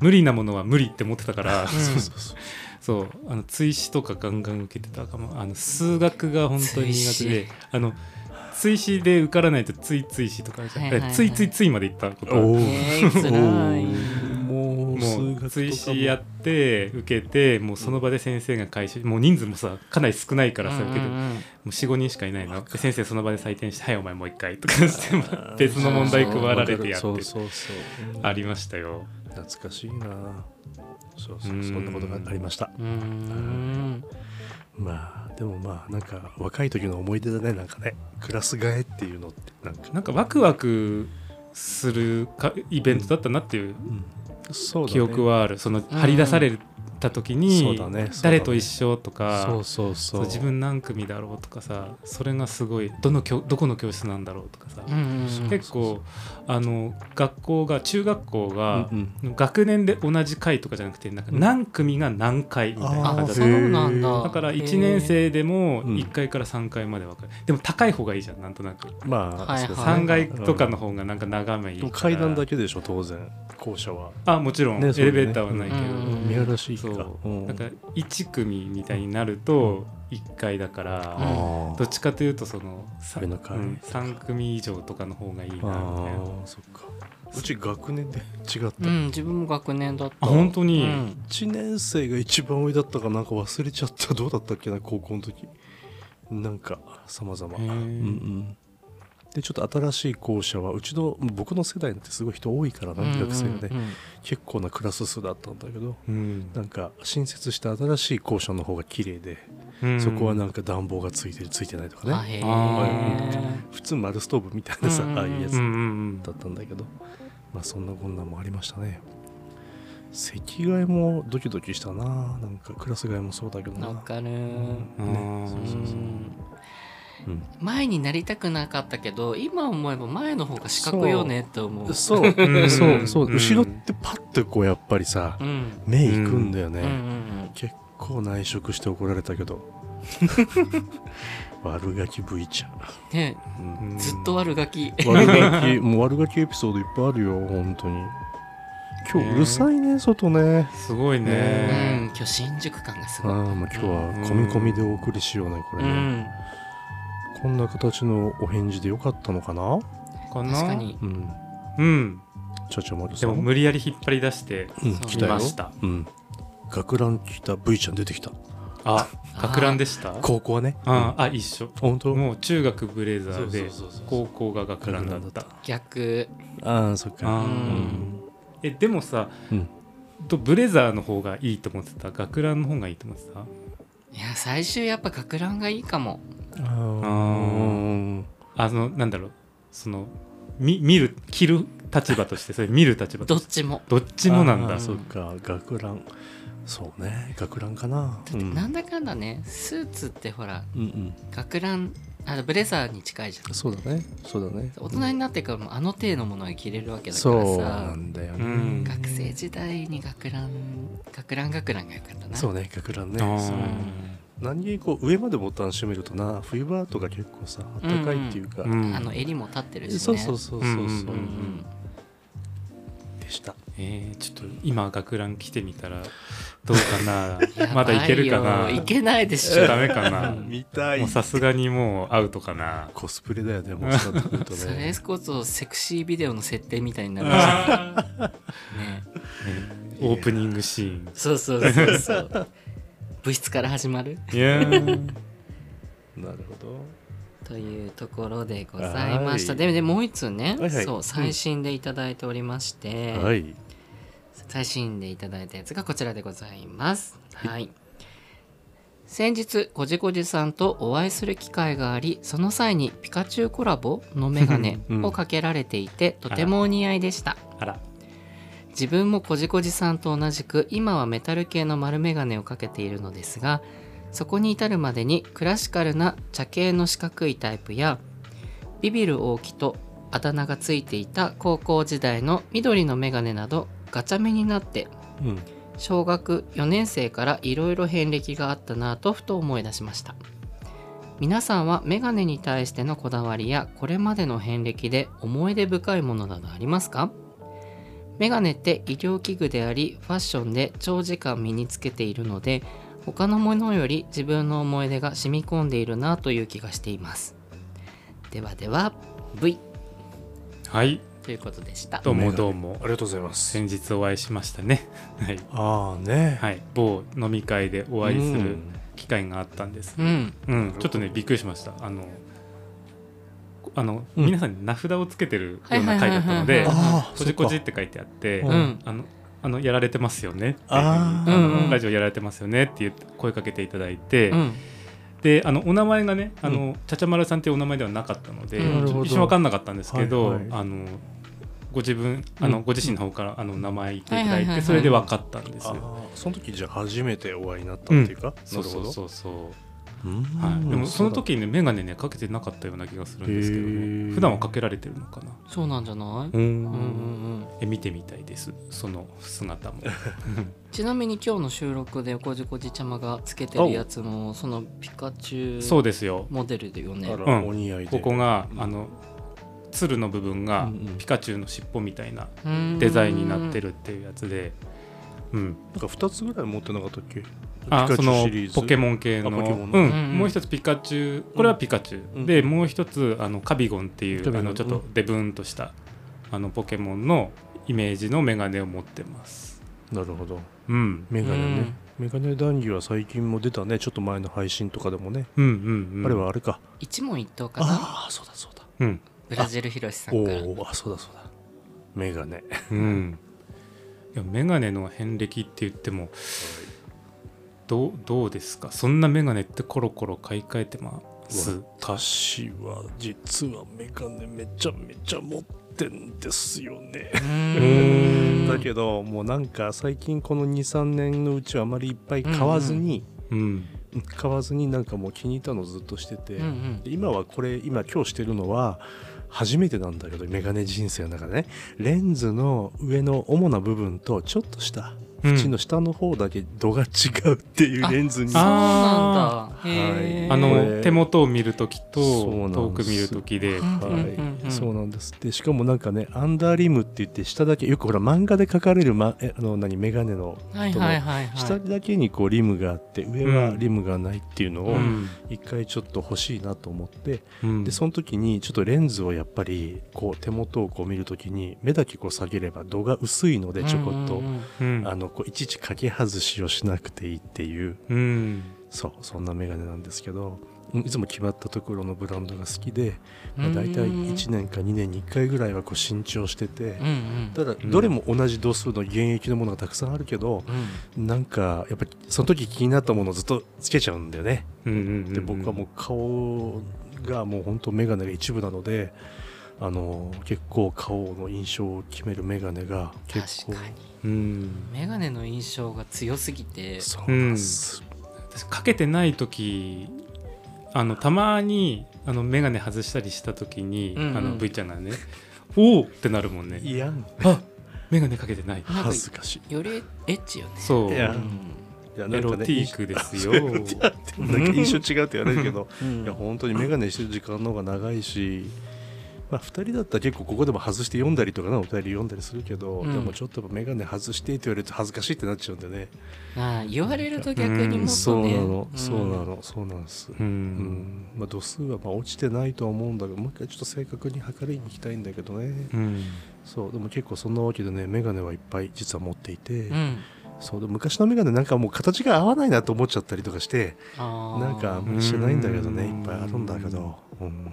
無理なものは無理って思ってたから
うん
そうそうそう
そうあの追試とかガンガン受けてたかもあの数学が本当に苦手
追試
であの追試で受からないとついついしとかあるじゃん、
はいはいはい
えついついついまで行ったことある
おー
えー、つらい。
[LAUGHS] もう
も
数
う
学
追
とかも
試やって受けてもうその場で先生が回収もう人数もさかなり少ないからさ受けて
うんう
も
んうん
う45人しかいないので先生その場で採点して「はいお前もう一回」とかしてまあ [LAUGHS] 別の問題配られてやって
そうそうそう
ありましたよ
懐かしいなそうそう
うん
そんなことがありました
うーん
まあでもまあなんか若い時の思い出だねなんかねクラス替えっていうのってなんか
なんかワクワクするかイベントだったなっていう
うんそうだね
記憶はあるその張り出された時
う
に
んそうだね
誰と一緒と
そ
か
うそう
そ
そう
う自分何組だろうとかさそれがすごいどの教どこの教室なんだろうとかさ
うんうんうん
結構あの学校が中学校が
うんうん
学年で同じ回とかじゃなくてなんか
うん
何組が何回みたいな
あ
感
あ
じ
そ
だった
うなんだ
へー
だから1年生でも
うん
1階から3階まで分かるでも高い方がいいじゃんなんとなく
まあ、
はいはい
そうだね
3階とかの方がなんか眺めいい
で
か
も
ら
階段だけでしょ当然校舎は
あもちろん、
ね
エ
そうだ
レ
ね
ベーターはないけど、
うん
見晴らしいか
そう、
うん
なんか1組みたいになると1階だから、
あー
どっちかというとそのさ
上の階
うん3組以上とかの方がいいなみたいな
ああそっかうち学年で違った、
うん、自分も学年だった。
あ本当に
うん
1年生が一番上だったかなんか忘れちゃったどうだったっけな高校の時なんか様々
へー
うんうんでちょっと新しい校舎はうちの僕の世代なんてすごい人多いからな、学生がね、
うんうんうん
結構なクラス数だったんだけど
うん
なんか新設した新しい校舎の方が綺麗で、そこはなんか暖房がついてるついてないとかね、
あへえ
あ
普通丸ストーブみたいなさ、
うんうんうん
ああいうやつ
うんうん
だったんだけど、まあそんなこんなもありましたね席替えもドキドキしたななんかクラス替えもそうだけどな
わかる
う
ね
ん
そうそうそううん
前になりたくなかったけど今思えば前の方が四角よねって思う
そう
うん
そうそう
うん
後ろってパッてこうやっぱりさ
うん
目いくんだよね、
うんうん
結構内職して怒られたけど悪ガキ V ちゃん、
ね
うん
うん
ずっと悪ガキ
悪ガキもう悪ガキエピソードいっぱいあるよ本当に今日うるさいね外ね
すごい
うん
ね
今日新宿感がす
ああ
ごい
もう今日は込み込みでお送りしようねこれ
う
ね、
ん
こんな形のお返事でよかったのかな
かな
確かに
うん
うん
ちゃちゃまる
で
さん
も無理やり引っ張り出して
うん
そう
来
き
たよ
ました
うん学ラン着た V ちゃん出てきた
あ学ランでした
高校はね
ああ一緒
本当
もう中学ブレザーで
そうそうそうそう
高校が学ランだった
逆
ああそっか
あ
う
ー
ん
えでもさ
うん
とブレザーの方がいいと思ってた学ランの方がいいと思ってた
いや最終やっぱ学ランがいいかも
あー
あ
うん
あのなんだろうそのみ見る着る立場としてそれ見る立場
ど
と
っ
して
ちも
どっちもなん
あ
だ
ーそっか学ランそうね学ランかな
だってなんだかんだねスーツってほら
うんうん
学ランあブレザーに近いじゃん
うんそうだねそうだね
大人になってからもあの程度のものが着れるわけだか
そ
ら
うな
さ
んだよ
う
ね
ん
学生時代に学ラン学ラン学ランがよかったな
そうね学ランね
あー
そう何気にこう上までボタン閉めるとな冬場とか結構さあったかいっていうか、
うん
あの襟も立ってるしね
そうそうそうそうそ
うん
う、
うん
うんうん
でした
えーちょっと今学ラン着てみ
[LAUGHS]
たらどうかな
や
ま
ば
だいけるかな
よいけないでしょ
ダメかな
見た
もうさすがにもうアウトかな
コスプレだよねもうそうなって
[LAUGHS]
くると
それ
ね
こそセクシービデオの設定みたいになるじゃんね
ねオープニングシーン
そうそうそうそう部室から始まる
いやー
なるほど
というところでございました
はい
ででもう一つね、
はいはい
そう最新でいただいておりまして、
はい
最新でいただいたやつがこちらでございます。はい。先日、こじこじさんとお会いする機会があり、その際にピカチュウコラボのメガネ
うん
をかけられていて、とてもお似合いでした。
あら
自分もこじこじさんと同じく、今はメタル系の丸メガネをかけているのですが、そこに至るまでにクラシカルな茶系の四角いタイプや、ビビる大木とあだ名がついていた高校時代の緑のメガネなど、ガチャ目になって
うん
小学4年生からいろいろ遍歴があったなぁとふと思い出しました皆さんはメガネに対してのこだわりやこれまでの遍歴で思い出深いものなどありますかメガネって医療器具でありファッションで長時間身につけているので他のものより自分の思い出が染み込んでいるなぁという気がしていますではでは V
はい
ということでした
どうもどうも
ありがとうございます
先日お会いしましたねはい、
ああね
はい、某飲み会でお会いす
う
る
ん
機会があったんです
う、ん
うんちょっとねびっくりしましたあのあの、
うん
皆さんに名札をつけてるような回だったの
はいはいはい
で
はいはい
「
ああ
こじこじ」って書いてあって「
う
うんん
あのあのやられてますよね」って
あ
あ
ー
の
うんうん
ラジオやられてますよね」って言って声かけていただいて、
うん
であのお名前がねあの、
う
ちゃちゃまるさんっていうお名前ではなかったので、
なるほど
ちょっと一瞬分かんなかったんですけど、
はいは
あのご自分あの、
うん
ご自身の方からあの名前言っていただいて、
はいはいはいはい
それで分かったんです
あ
よ。
あその時じゃあ初めてお会いになったっていうか、
そうそう
う
そうそうは、
はい
でもその時にね眼鏡ねかけてなかったような気がするんですけど
へー
ね普段はかけられてるのかな
そうなんじゃないうんうんうん
え見てみたいですその姿も
ちなみに今日の収録でこじこじちゃまがつけてるやつもそのピカチ
そ
ュ
う
ウ
ですよ
モデルだよね
あ。
う
ら、
ん
お似合いで
ここが、
うん
あの鶴の部分
う
が
んうん
ピカチュウの尻尾みたいな
うーん
デザインになって。るっていうやつで、うん、
なんか二つぐらい持ってなかったっけ
あ
ピカ
そ
チュウ
の
シリーズ
ポケモン系の
あポケモン
う
の
ん
うんうん
もう一つピカチュウこれはピカチュウ、
うん
でもう一つあのカビゴンってい
カビ
う
ゴ
あ
ン
のちょっとデブーンとしたあのポケモンのイメージのメガネを持ってます。
なるほど
うん、
メガネね、メガネ談義は最近も出たねちょっと前の配信とかでもね、
うんうんうん、
あれはあれか
一問一答かな。
ああそうだそうだ
うん
ブラジル広ロさ
お
んから
おーあそうだそうだメガネ
うんいやメガネの遍歴って言ってもどうどうですかそんなメガネってコロコロ買い替えてますか
私は実はメガネめちゃめちゃ持ってんですよね
うーん
[LAUGHS] だけどもうなんか最近この23年のうちはあまりいっぱい買わずに、
うん
買わずになんかもう気に入ったのずっとしてて、
うんうん
で今はこれ今今日してるのは初めてなんだけどメガネ人生の中でねレンズの上の主な部分とちょっとした
うん
縁の下の方だけ度が違うっていう
あ
レンズに、
そう
あ
なんだ
はい
へー
あ
こ
の
れ
手元を見るとき
そうな
と
んで
遠く
す
見るときで
うん
はい
うんうん
そうなんですでしかもなんかねアンダーリムって言って下だけよくほら漫画で描かれる、ま、えあの何メガネの
はいはいはいはい
下だけにこうリムがあって上はリムがないっていうの
う
を
ん
一回ちょっと欲しいなと思って
うん
でその時にちょっとレンズをやっぱりこう手元をこう見る時に目だけこう下げれば度が薄いのでちょこっと
うんうんうん
うん
あのこういちいちかけ外しをしなくていいっていう
うん
そうそんなメガネなんですけどうんいつも決まったところのブランドが好きで、まあ、大体
うん
1年か2年に1回ぐらいはこう新調してて
うんうん
ただどれも同じ度数の現役のものがたくさんあるけど
うん
なんかやっぱりその時気になったものをずっとつけちゃうんだよね。
うんうん
で僕はもう顔がもう本当メガネが一部なのであの結構顔の印象を決めるメガネが結構
確かに
うん
メガネの印象が強すぎて
そうなんです、
私かけてない時あのたまにあの眼鏡外したりした時に、
うんうん
あの V ちゃんがね「おお!」ってなるもんね
いやん
あ眼鏡かけてない
なんか
恥ずかしい
よりエッチよね
そう
い
エ
や
う
ロ
ん
いや
ティークですよ
印象いやなんか印象違うって言われるけど
うん
いや本当にメガネしてる時間の方が長いしまあ、2人だったら結構ここでも外して読んだりとかなお便り読んだりするけど、
うん
でもちょっとやっぱメガネ外してって言われると恥ずかしいってなっちゃうんでね、
ああ言われると逆にもっとね、、
うんん
そうなの、そうなのそうなんです、
うん、
うんまあ、度数はまあ落ちてないとは思うんだけどもう一回ちょっと正確に測りに行きたいんだけどね、
うん
そうでも結構そんなわけでねメガネはいっぱい実は持っていて、
うん
そうでも昔のメガネなんかもう形が合わないなと思っちゃったりとかして
あー
なんかあんまりしてないんだけどね
うん
いっぱいあるんだけど、うん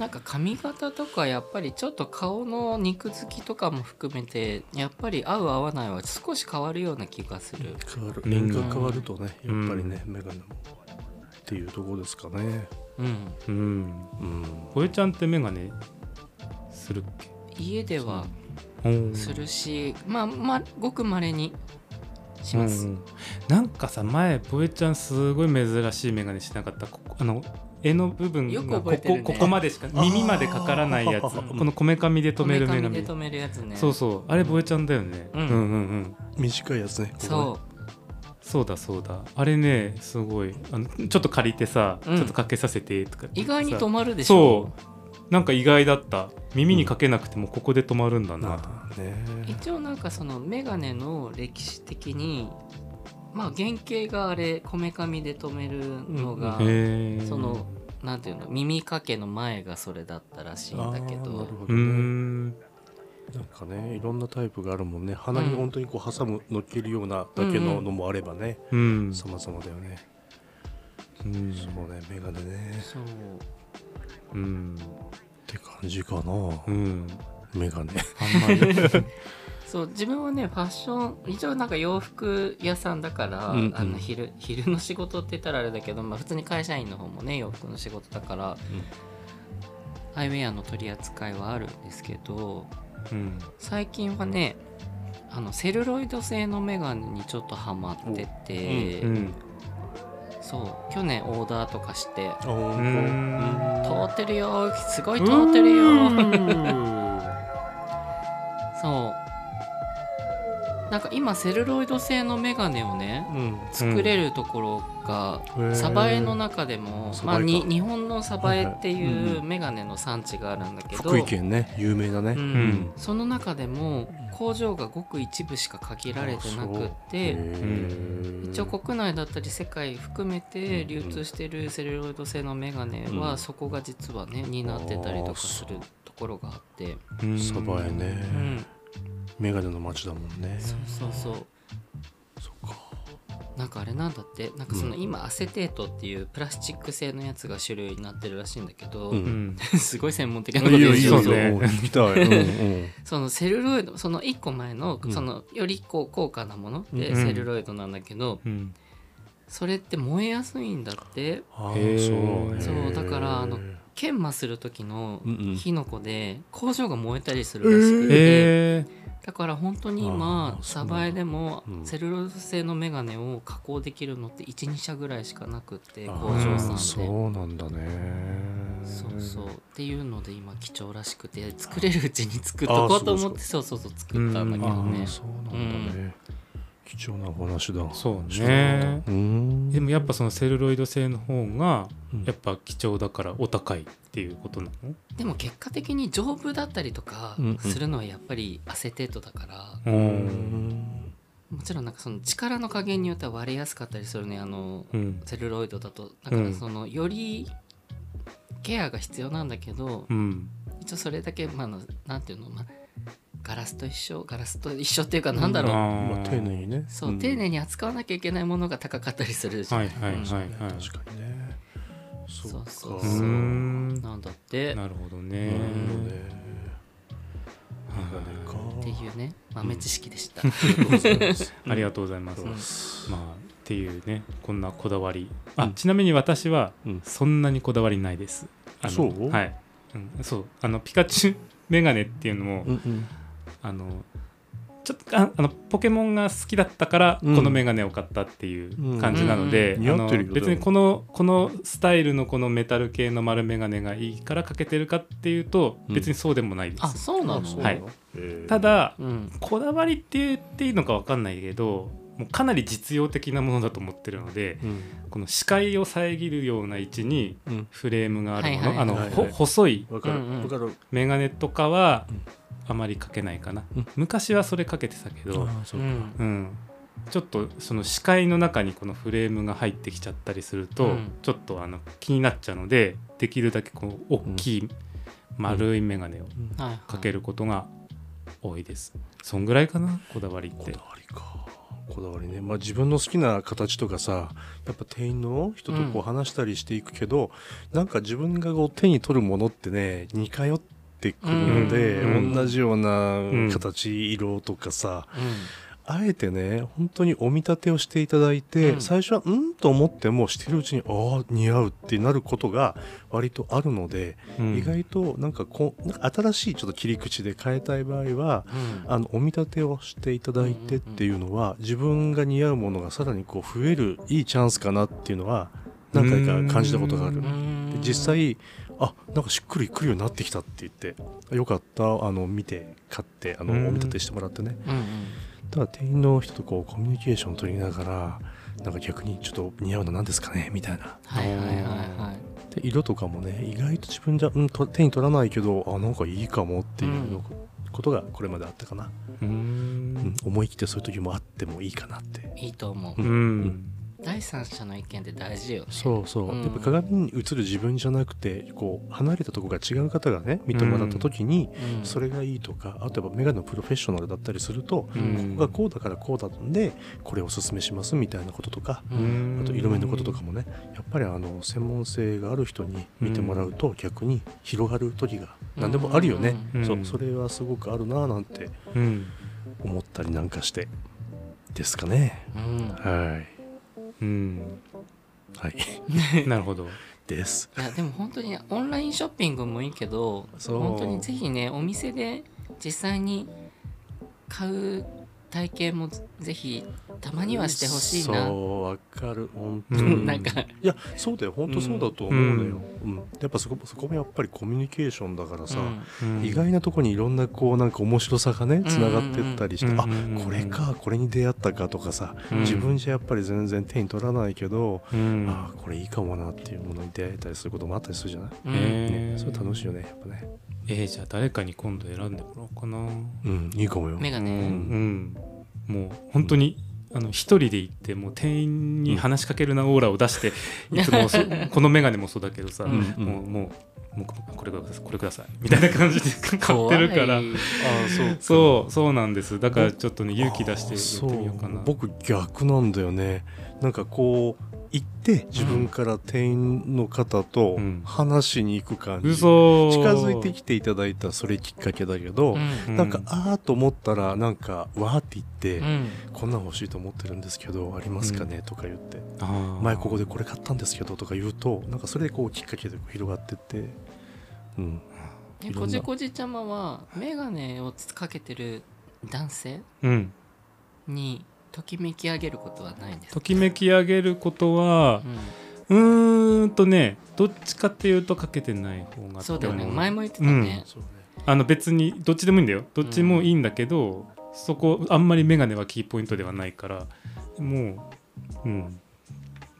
なんか髪型とかやっぱりちょっと顔の肉付きとかも含めてやっぱり合う合わないは少し変わるような気がする
変わる
うん
輪郭が変わるとねや
うん
っぱりね、メガネもっていうところですかね、
うん
うん、
うん、
小江ちゃんって眼鏡するっ
家では
けおー
するし、まあまあごくまれにします、
うんなんかさ前ポエちゃんすごい珍しい眼鏡しなかったここあの絵の部分
よく
がこ
覚えて
こ,、
るね
ここまでしか耳までかからない
[LAUGHS]
やつ
あー
このこめかみで止める眼
こめかみ
鏡
で止めるやつね
そうそうあれボエちゃんだよね、
うん
うんうんうん
短いやつねここね
そ
そうだそうだあれねすごいあのちょっと借りてさ、
うん
ちょっとかけさせてとか
う意外に止
さ
まるでしょ
なんか意外だった耳にかけなくてもここで止まるんだな、
なあね
一応なんかその眼鏡の歴史的にまあ原型があれこめかみで止めるのが、
う
へえ
そのなんていうの耳かけの前がそれだったらしいんだけ
あーな
ど
るほ
うー
どね
ん
なんかねいろんなタイプがあるもんね鼻に本当にこう挟むのっけるようなだけ
うんう
の
ん
のもあればね、
うん
様々だよね、
うん
そうねメガネね
そう
うん、
って感じかな、
うん、
メガネ
あんまり
[LAUGHS] そう自分はねファッション一応なんか洋服屋さんだから、
うんうん
あの昼昼の仕事って言ったらあれだけど、まあ、普通に会社員の方もね洋服の仕事だから、アイウェアの取り扱いはあるんですけど
うん
最近はねあのセルロイド製のメガネにちょっとハマってて、
うん
そう去年オーダーとかして
あう
うーん
「通ってるよーすごい通
うーん
ってるよー」
う
そうなんか今セルロイド製のメガネをね
うん
作れるところが、
へー
サバエの中でも、
サバ
まあ、
エか
に日本のサバエって
はいはい
い
うんう
うメガネの産地があるんだけど、
福井県ね有名だね、
うん
ん
その中でも工場がごく一部しか限られてなくって一応国内だったり世界含めて流通してるセルロイド製のメガネ
う
は
ん
そこが実はね担ってたりとかするところがあって、
ん
サバエね
う
うんん、メガネの町だもんね
そうそうそう
そっか
なんかあれなんだってなんかその今アセテートっていうプラスチック製のやつが主流になってるらしいんだけど、
う
うんん、
すごい専門的なこと
いいよいいよ
そうね
もう聞きたい、うんうん、
そのセルロイドその1個前の
うん
そのよりこう高価なもの
う
で
ん
セルロイドなんだけど、
うん、
それって燃えやすいんだって
あ
へ
ー
ー
そう
そうだからあの
うん
研磨する時の
うん
火の粉で工場が燃えたりするらしくて、
え
[LAUGHS] だから本当に
あ
今
ーそう
サ
なんだ
バエでも
うん
セルロイド製のメガネを加工できるのって12社ぐらいしかなくって
あ
工
ー
場
ん
さんで。
そうなんだね
そうそうっていうので今貴重らしくて作れるうちに作っとこうと思ってそうそうそう作ったんだけど
あー
ね
そうなんだね、貴重なお話だ
そう
知らなかっ
ね
たうーん
でもやっぱそのセルロイド製の方が
うん
やっぱ貴重だからお高いっていうことなの
でも結果的に丈夫だったりとか
うんうん
するのはやっぱりアセテートだから
う
うー
ん
ん
もちろんなんかその力の加減によっては割れやすかったりするねあの
うん
セルロイドだとだからそのよりケアが必要なんだけど
うん
一応それだけまああのなんていうのまあガラスと一緒ガラスと一緒っていうかなんだろう
まあ丁寧にね
そう、
ん
丁寧に扱わなきゃいけないものが高かったりするじゃん
はいはいはいはい
確かにねそ
そうう
か
そう
う
そ
ーん
なんだってっ
なるほど
な
ね
るほどね
は
ていうね豆知識で
[LAUGHS]
した、
あ [LAUGHS] りがとうございます
いありがとうございます
うん
まあっていうねこんなこだわり
う
あ
ん
ちなみに私は
うん
そんなにこだわりないですあの
そう
はいうんそうあのピカチュウメガネっていうのも
うん
あのちょっとああのポケモンが好きだったからこ
うん
のメガネを買ったっていう感じなので、
うんうんう
あ
ん似合
の
ってるよ
別にこのこのスタイルのこのメタル系の丸メガネがいいからかけてるかっていうと
うん
別にそうでもないで
あ
す、
そうな
あ
の
そう
はい
えー
ただ
うん
こだわりって言っていいのか分かんないけどもうかなり実用的なものだと思ってるので
うん
この視界を遮るような位置に
うん
フレームがあるもの、
はいはい
あの、
はいはい
ほ細い
わかる
うんうん
わかる
メガネとかは
うん
あまりかけないかな、
うん
昔はそれかけてたけど、
あそううか
ん
うん、ちょっとその視界の中にこのフレームが入ってきちゃったりすると、
うん
ちょっとあの気になっちゃうのでできるだけこう大きい丸い眼鏡を
うん
はいはい
かけることが多いです。そんぐらいかなこだわりっ
こ
て
だ。わりかこだわりねまあ自分の好きな形とかさやっぱ店員の人と
う
こ
ん
う話したりしていくけど、なんか自分がこう手に取るものってね似通ってくるので、
うん
同じようなん形、色とかさ
うん
あえてね本当にお見立てをしていただいて、
うん
最初はうんと思ってもしてるうちにああ似合うってなることが割とあるので、
うん
意外となんかこうなんか新しいちょっと切り口で変えたい場合は
うん
あのお見立てをしていただいてっていうのは自分が似合うものがさらにこう増えるいいチャンスかなっていうのは何回か感じたことがある
う
う。ん
で実際あなんかしっくりくるようになってきたって言ってよかったあの見て買ってあのお
うん
見立てしてもらってね
うんうん
ただ店員の人とこうコミュニケーション取りながらなんか逆にちょっと似合うの何ですかねみたいな
はいはいはいはい
で色とかもね意外と自分じゃ、うん、と手に取らないけどあなんかいいかもっていうことがこれまであったかな、
う
うん
ん、
思い切ってそういう時もあってもいいかなって
いいと思う、
うん
第三者の意見って大事よね
そうそう、
うん
やっぱ鏡に映る自分じゃなくてこう離れたとこが違う方がね見てもらった時に、
うん
それがいいとかあとやっぱメガネのプロフェッショナルだったりすると、
うん
ここがこうだからこうだんでこれおすすめしますみたいなこととか、
うん
あと色目のこととかもねやっぱりあの専門性がある人に見てもらうと逆に広がる時が何でもあるよね、
うん
そううんそれはすごくあるなぁなんて
うん
思ったりなんかしてですかね
うん
はい
うん
はい
なるほど。
です
いやでも本当にオンラインショッピングもいいけど
そう
本当にぜひねお店で実際に買う体験もぜひたまにはしてほしいな
そうわかる本当
う
に、
ん
[LAUGHS] なんか
いやそうだよ本当そうだと思うのよ、うんやっぱそこそこもやっぱりコミュニケーションだからさ、
うん
うん
意外なとこにいろんなこうなんか面白さがねつながってったりして、
うん
あ
うんうん
これかこれに出会ったかとかさ、
うん
自分じゃやっぱり全然手に取らないけど、
うん
あーこれいいかもなっていうものに出会えたりすることもあったりするじゃない、
うん
えー
ね、それ楽しいよねやっぱね
えーじゃあ誰かに今度選んでもらおうかな。
うんいいかもよ
メガ
う
ネ
ん、もう本当に、あの一人で行ってもう店員に話しかけるなオーラを出して、いつ
[LAUGHS]
もそこの眼鏡もそうだけどさ、
うん
うん
もうもうもうこれくださいこれくださいみたいな感じで買ってるから
怖い
そう
そうそうなんですだからちょっとね勇気出して
そ
やってみようかな
僕逆なんだよねなんかこう行って自分から店員の方と
うん
話しに行く感じ、
嘘
近づいてきていただいたそれきっかけだけど、
うん
なんかああと思ったらなんかわーって言って、
うん
こんなん欲しいと思ってるんですけどありますかね、とか言って前
前
ここでこれ買ったんですけどとか言うとなんかそれでこうきっかけで広がってって、うん、
え
いろんな
こじこじちゃまは眼鏡をつかけてる男性
うん
にときめき上げることはないんです
ときめき上げることは
うん
うーんとねどっちかっていうとかけてない方が
そうだよね
でも
前も言ってたね、
そうね
あの別にどっちでもいいんだよどっちもいいんだけど、そこあんまり眼鏡はキーポイントではないからもううん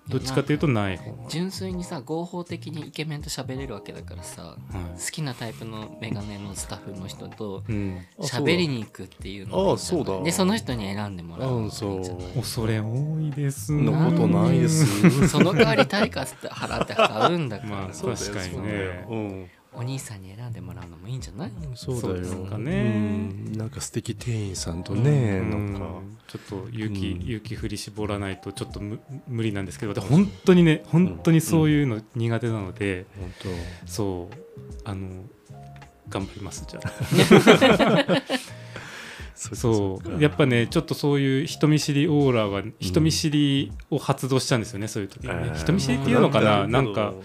どっちかというとない方が、
純粋にさ合法的にイケメンと喋れるわけだからさ
は
好きなタイプの眼鏡のスタッフの人と
いうん、
あそうだ
喋りに行くっていうのがいいんじゃない
あそうだ
でその人に選んでもらうのがいいんじゃない
うん
恐れ多いです
そんなことないで
[LAUGHS]
す
その代わり対価払って買うんだから、
まあ
そうだよ
確かにね
そうだようん
お兄さんに選んでもらうのもいいんじゃない
そう
そう
だ
です
よ
かね
うんなんか素敵店員さんとね、
うん
なんか
ちょっと勇気、
うん
勇気振り絞らないとちょっとむ無理なんですけどで本当にね本当にそういうの苦手なので、
本
そうあの頑張りますじゃあ
当
そうやっぱねちょっとそういう人見知りオーラは人見知りを発動しちゃうんですよね、そういう時にね、
えー
人見知りっていうのかな、
うん
なんか
うん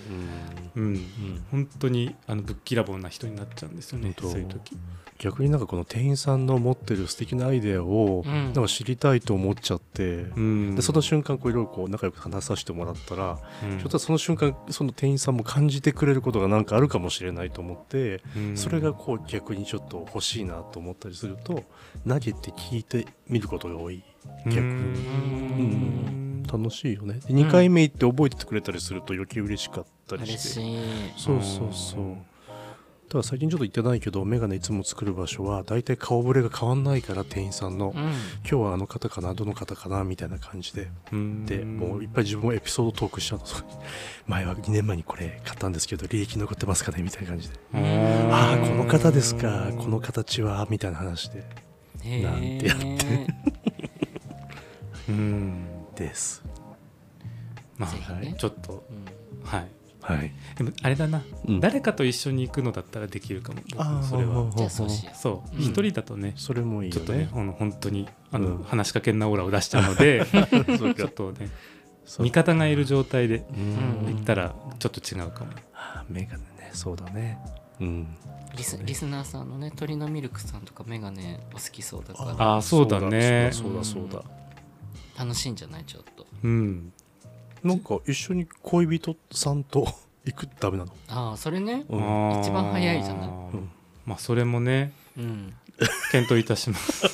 うん
うん
本当にあのぶっきらぼうな人になっちゃうんですよね
本
そ
当
ういう時
逆になんかこの店員さんの持ってる素敵なアイデアを、
うん
なんか知りたいと思っちゃって、
うん
でその瞬間こういろいろこう仲良く話させてもらったら、
うん
ひょっとしたらその瞬間その店員さんも感じてくれることがなんかあるかもしれないと思って、
うん
それがこう逆にちょっと欲しいなと思ったりすると投げて聞いてみることが多い逆
う
に
ん
楽しいよねで2回目行って覚えてくれたりすると余計嬉しかったり
嬉
して、
しい
そうそうそう
うん
ただ最近ちょっと行ってないけど眼鏡いつも作る場所は大体顔ぶれが変わんないから店員さんの、
う
今
ん
日はあの方かなどの方かなみたいな感じで
うん
でもういっぱい自分もエピソードトークしちゃうの [LAUGHS] そこに前は2年前にこれ買ったんですけど利益残ってますかねみたいな感じで
うん
ああこの方ですかこの形はみたいな話で
へ
なんてやっ
え
うん
です
ま
ぜひ
あ、
ね
ちょっとはい
はい、
でもあれだな、
うん
誰かと一緒に行くのだったらできるかも僕
あー
それ
ほうほ
は
ほ
じゃあそうしよう
そう
うん
一、人だとね
それもいい
ち
よ
ょっとね
ね
あの本当にあの、
うん
話しかけんなオーラを出しちゃうの
[LAUGHS]
で
そう
ちょっ
か
とね
そう
味方がいる状態で
うん
行ったらちょっと違うかも、
あー眼鏡ねそうだねうん
リスリスナーさんのね鳥のミルクさんとか眼鏡お好きそうだか
あーそうだね
そうだそうだそうだ
ら楽しいんじゃないちょっと
うん、
なんか一緒に恋人さんと [LAUGHS] 行くとダメなの、
ああそれね
うん
あー
一番早いじゃない
うん
まあそれもね
うん
検討いたします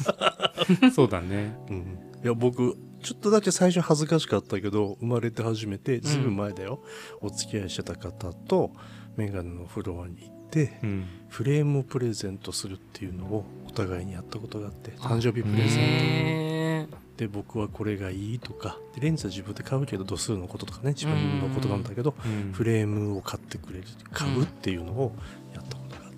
[LAUGHS]
そうだね
うんいや僕ちょっとだけ最初恥ずかしかったけど生まれて初めてずいぶん前だよ、お付き合いしてた方と眼鏡のフロアに行って
うん
フレームをプレゼントするっていうのをお互いにやったことがあって
あ
誕生日プレゼン
へえ
トで僕はこれがいいとかでレンズは自分で買うけど度数のこととかね自分のことなんだけど
うん
フレームを買ってくれる買うっていうのをやったことがあっ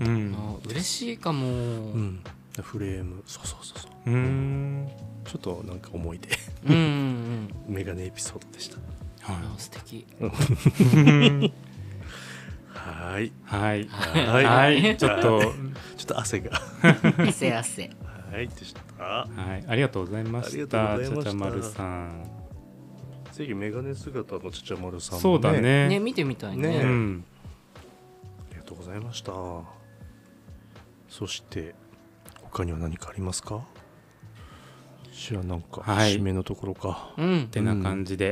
て、
うん
嬉しいかも
う
うん
んフレームそうそうそうそう
うん
ちょっとなんか思い出 [LAUGHS]
うんうん
メガネエピソードでした
あ
は
素敵
い
はーい
はい
は
はいちょっと
[LAUGHS] ちょっと汗が
汗汗
はいでした
はいありがとうございまし
あ
た
りが
ち
とう
ゃ
ご
ち
ざ
ゃ
い
ま
ました
るさん
ぜひメガネ姿のちゃちゃまるさんも、ね、
そうだね
ね見てみたい
うん
ね
ね
ありがとうございましたそして他には何かありますかじゃあなんか
はい
締めのところか
うん
てな感じで、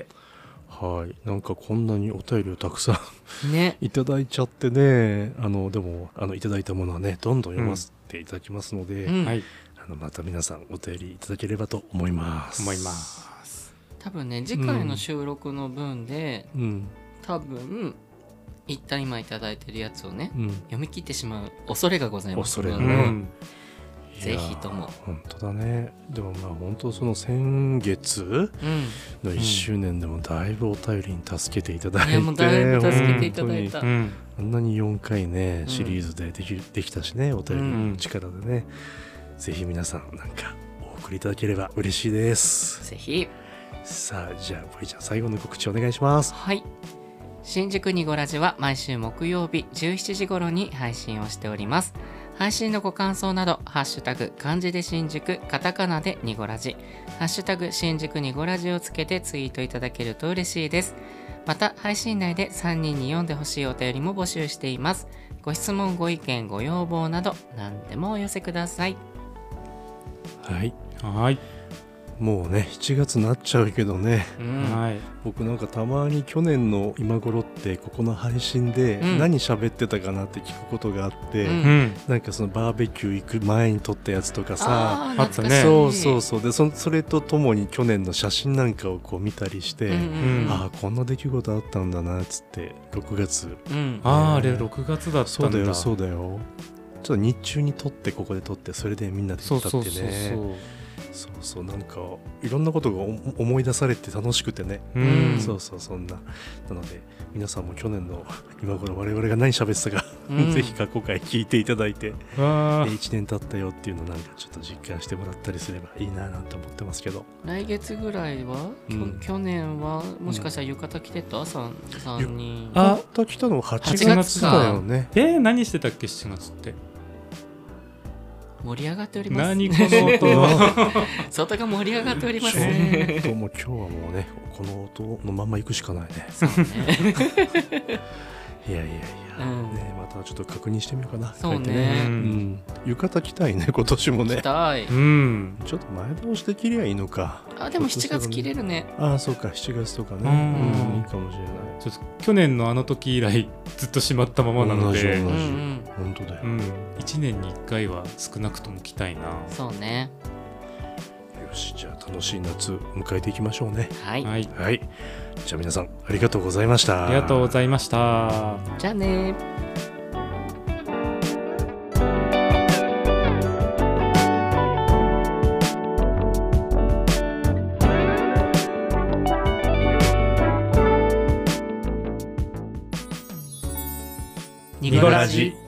はいなんかこんなにお便りをたくさん [LAUGHS]
ね
いただいちゃってねあのでもあのいただいたものはねどんどん読ませていただきますので、
うん
はい
あのまた皆さんお便りいただければと思います
思います
多分ね次回の収録の分で
うん
多分一旦今いただいてるやつをね
うん
読み切ってしまう恐れがございます
恐れが
う
ね
ん
いや
ぜひとも、
本当だねでもまあ本当その先月
うん、
の1周年でもだいぶお便りに助けていただい
い
て、
やもうだいぶ助けていた
本
だ
当
い
に
た、
うん
あんなに4回ね
うん
シリーズででき,、できたしねお便りの力でね、ぜひ皆さんなんかお送りいただければ嬉しいです
ぜひ
さあじゃあボイちゃん最後の告知お願いします
はい新宿ニゴラジは毎週木曜日17時頃に配信をしております配信のご感想など「ハッシュタグ漢字で新宿カタカナでニゴラジ」「ハッシュタグ新宿ニゴラジ」をつけてツイートいただけると嬉しいですまた配信内で3人に読んでほしいお便りも募集していますご質問ご意見ご要望など何でもお寄せください
はい
はい、
もうね7月になっちゃうけどね
うん
はい
僕なんかたまに去年の今頃ってここの配信で
うん
何喋ってたかなって聞くことがあって、
うん
うん
なんかそのバーベキュー行く前に撮ったやつとかさ
あー
あったね
懐かしい
そうそうそうでそそれとともに去年の写真なんかをこう見たりして、
うんうんうん
ああこんな出来事あったんだなっつって6月
うん
あーあれ6月だったんだ
そうだよそうだよちょっと日中に撮ってここで撮ってそれでみんなで
そ
行
う
ったって
そう
ね
そうそう
そうそうなんかいろんなことがお思い出されて楽しくてね
うん
ん
そうそうそんななので皆さんも去年の [LAUGHS] 今頃我々が何喋ってたか、
うん
[LAUGHS] ぜひ過去回聞いていただいて、
うわー
1年経ったよっていうのをなんかちょっと実感してもらったりすればいいななんて思ってますけど
来月ぐらいは、きょ
うん
去年はもしかしたら浴衣着てた三三人
あ
また来たの8
8
月
月か
だよね
えー、何してたっけ7月って
盛り上がっております
何この [LAUGHS] 音
[LAUGHS] 外が盛り上がっております
ちょ
ね
っともう今日はもうねこの音のまんま行くしかないね
そうね
いやいやい
う
や、
ん
ねまたちょっと確認してみようかな
そう
帰ってね
う
ね
うんん浴衣着たいね今年も
着
ね
たい
うん
ちょっと前倒しできりゃいいのか
あでも7月着れるね
ああそうか7月とかね
うん
うんいいかもしれない
ちょっと去年のあの時以来ずっとしまったままなの
同じ
で
う
同
んう
じ
ん
本当だよ、
う
よ
ん、1年に1回は少なくとも来たいな
そうね
しじゃあ楽しい夏迎えていきましょうね
はい、
はい
はいじゃあ皆さんありがとうございました
ありがとうございました
じゃあねーニ
ニコラジ